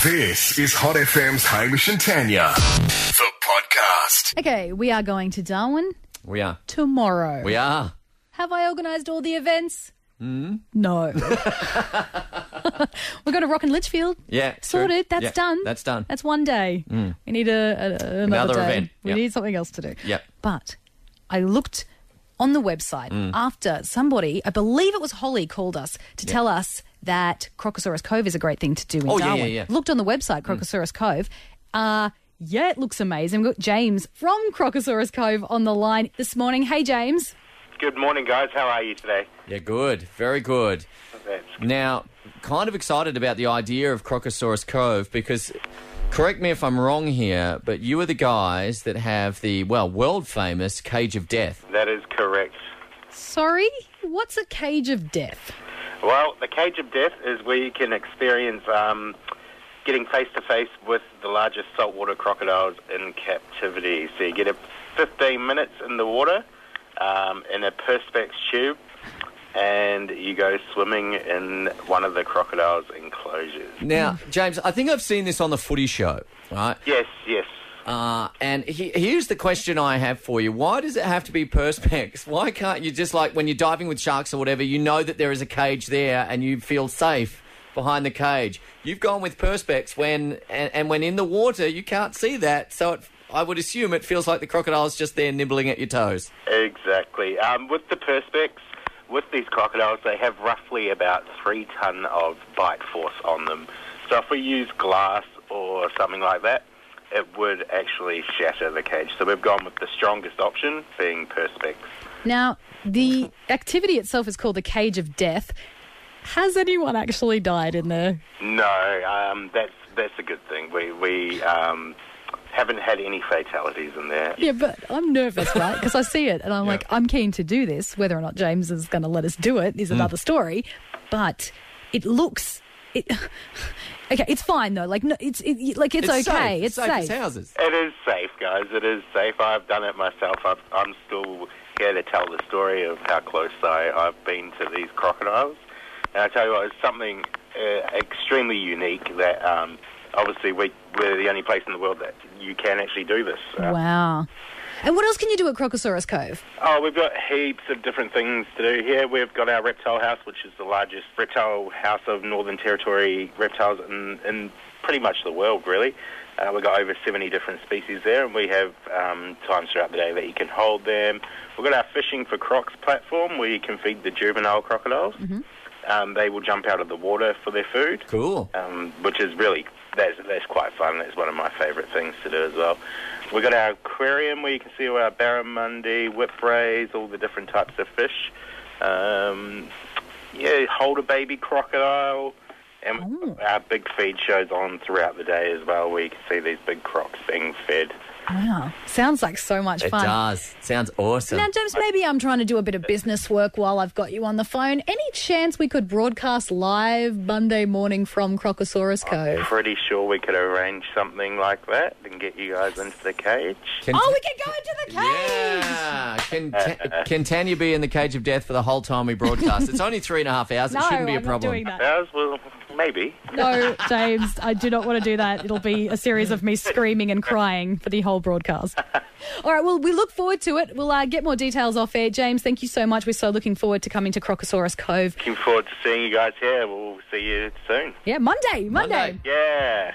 This is Hot FM's Hamish and Tanya, the podcast. Okay, we are going to Darwin We are. tomorrow. We are. Have I organised all the events? Hmm? Mm. No. We're going to Rock and Litchfield. Yeah. Sorted. true. That's Yeah, done. That's done. Hmm. That's one day. We need a, a- a- another, Another day. event. We Yep. need something else to do. Yep. But I looked on the website Hmm. after somebody, I believe it was Holly, called us to tell us that Crocosaurus Cove is a great thing to do in Oh, yeah, Darwin. yeah, Hmm. yeah. Looked on the website, Crocosaurus Cove. Uh, yeah, it looks amazing. We've got James from Crocosaurus Cove on the line this morning. Hey, James. Good morning, guys. How are you today? Yeah, good. Very good. That's Now, kind of excited about the idea of Crocosaurus Cove because, correct me if I'm wrong here, but you are the guys that have the, well, world famous Cage of Death. that is correct. Sorry, what's a cage of death? Well, the cage of death is where you can experience um, getting face to face with the largest saltwater crocodiles in captivity. So you get a 15 minutes in the water um, in a perspex tube, and you go swimming in one of the crocodiles' enclosures. Now, James, I think I've seen this on the footy show, right? Yes, yes. Uh, and he, here's the question I have for you. Why does it have to be perspex? Why can't you just, like, when you're diving with sharks or whatever, you know that there is a cage there and you feel safe behind the cage? You've gone with perspex when, and, and when in the water, you can't see that. So it, I would assume it feels like the crocodile's just there nibbling at your toes. Exactly. Um, with the perspex, with these crocodiles, they have roughly about three ton of bite force on them. So if we use glass or something like that, it would actually shatter the cage. So we've gone with the strongest option, being perspex. Now, the activity itself is called the Cage of Death. Has anyone actually died in there? No, um, that's that's a good thing. We we um, haven't had any fatalities in there. Yeah, but I'm nervous, right? Because I see it and I'm like, I'm keen to do this. Whether or not James is going to let us do it is Mm. another story. But it looks. It, okay, it's fine though. Like, no, it's it, like it's, okay. safe. It's safe. safe. as houses. It is safe, guys. It is safe. I've done it myself. I've, I'm still here to tell the story of how close I, I've been to these crocodiles. And I tell you what, it's something uh, extremely unique that um, obviously we, we're the only place in the world that you can actually do this. Uh, Wow. And what else can you do at Crocosaurus Cove? Oh, we've got heaps of different things to do here. We've got our reptile house, which is the largest reptile house of Northern Territory reptiles in, in pretty much the world, really. Uh, we've got over 70 different species there, and we have um, times throughout the day that you can hold them. We've got our Fishing for Crocs platform, where you can feed the juvenile crocodiles. Um, they will jump out of the water for their food Cool. um, which is really that's that's quite fun. That's one of my favourite things to do as well. We've got our aquarium where you can see all our barramundi, whiprays, all the different types of fish. Um, yeah, hold a baby crocodile, and our big feed shows on throughout the day as well, where you can see these big crocs being fed. Wow. Sounds like so much It fun. does. Sounds awesome. Now, James, maybe I'm trying to do a bit of business work while I've got you on the phone. Any chance we could broadcast live Monday morning from Crocosaurus Cove? Pretty sure we could arrange something like that and get you guys into the cage. Can- Oh, we can go into the cage! Yeah. Can, Ta- can Tanya be in the cage of death for the whole time we broadcast? It's only three and a half hours. It No, shouldn't be a I'm not problem. doing that. Ours, well, maybe. No, James, I do not want to do that. It'll be a series of me screaming and crying for the whole broadcast. All right, well, we look forward to it. We'll uh, get more details off air. James, thank you so much. We're so looking forward to coming to Crocosaurus Cove. Looking forward to seeing you guys here. We'll see you soon. Yeah, Monday. Monday. Monday. Yeah.